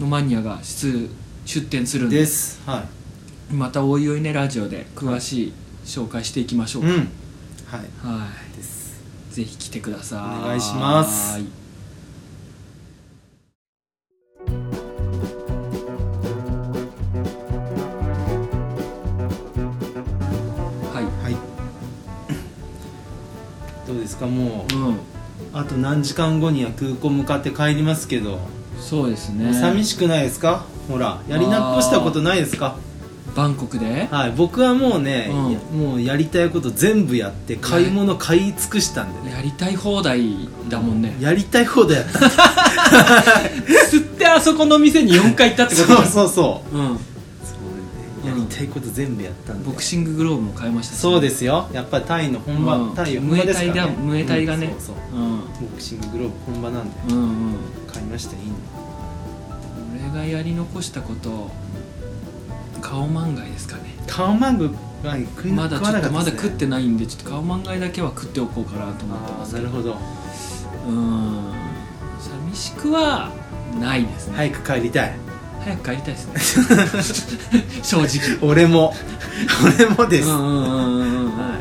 S1: のマニアが出出展する
S2: うんん
S1: で
S2: ですは
S1: またおいおいねラジオで詳しい紹介していきまし
S2: い
S1: ょう
S2: う
S1: か、
S2: んはい
S1: は
S2: です
S1: いぜひ来てください
S2: お願いします
S1: はいは
S2: はいどうですかもう
S1: いうん
S2: あと何時間後には空港向かって帰りますけど、
S1: そうですね
S2: 寂しくないですかほらやりなっこしたことないですか
S1: バンコクで
S2: はい僕はもうね、
S1: うん
S2: いやもうやりたいこと全部やって買い物買い尽くしたんでね
S1: やりたい放題だもんね
S2: やりたい放題やった
S1: 吸ってあそこの店に4回行ったってこと
S2: そう
S1: だ
S2: そうそう
S1: うん
S2: そう、
S1: うん
S2: やりたいこと全部やったんで
S1: ボクシンググローブも買いましたし
S2: そうですよやっぱりタイの本場、
S1: うん
S2: タイ本場ですから、ね、
S1: ムエタイだムエタイがね
S2: うんそう
S1: うん
S2: そうボクシンググローブ本場なんで
S1: うんうん
S2: 買いましたいいの
S1: 俺がやり残したこと顔漫画ですかね
S2: カオマングは食い
S1: まだちょっとまだ
S2: 食
S1: 食ってないんでちょっと顔漫画だけは食っておこうかなと思って
S2: あ
S1: ま
S2: あ
S1: す
S2: なるほど
S1: うん寂しくはないですね、
S2: 早く帰りたい
S1: 早く帰りたいです ね正直
S2: 俺も 俺もです、
S1: うんうんうんうんうん
S2: はいまあね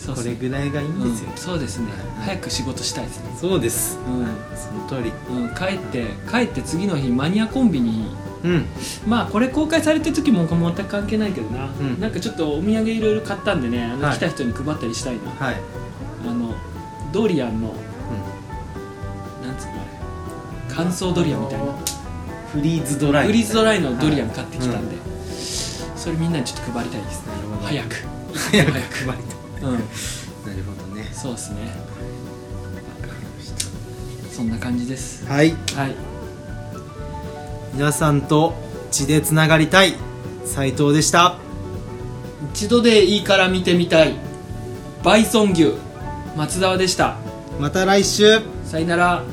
S1: そうそ
S2: こ
S1: う
S2: れぐらいがいいんですよ
S1: うん、そうですね早く仕事したいですね
S2: そうです
S1: う
S2: その通り
S1: ん、うん、帰って帰って次の日マニアコンビに
S2: うん
S1: まあこれ公開されてる時も全く関係ないけどな、
S2: うん
S1: なんかちょっとお土産いろいろ買ったんでねあの
S2: はい
S1: 来た人に配ったりしたいな、
S2: はい、
S1: あのドリアンのなんつうのあれ乾燥ドリアンみたいな
S2: フリーズドライ
S1: フリーズドライ
S2: は
S1: の
S2: い
S1: ドリアン買ってきたんで、それみんなにちょっと配りたいですね
S2: なるほど
S1: 早く
S2: 早く
S1: 早
S2: 配りたい
S1: くうん
S2: なるほどね
S1: そうですねそんな感じです
S2: はい
S1: はい
S2: 皆さんと血でつながりたい斉藤でした
S1: 一度でいいから見てみたいバイソン牛松沢でした
S2: また来週
S1: さよなら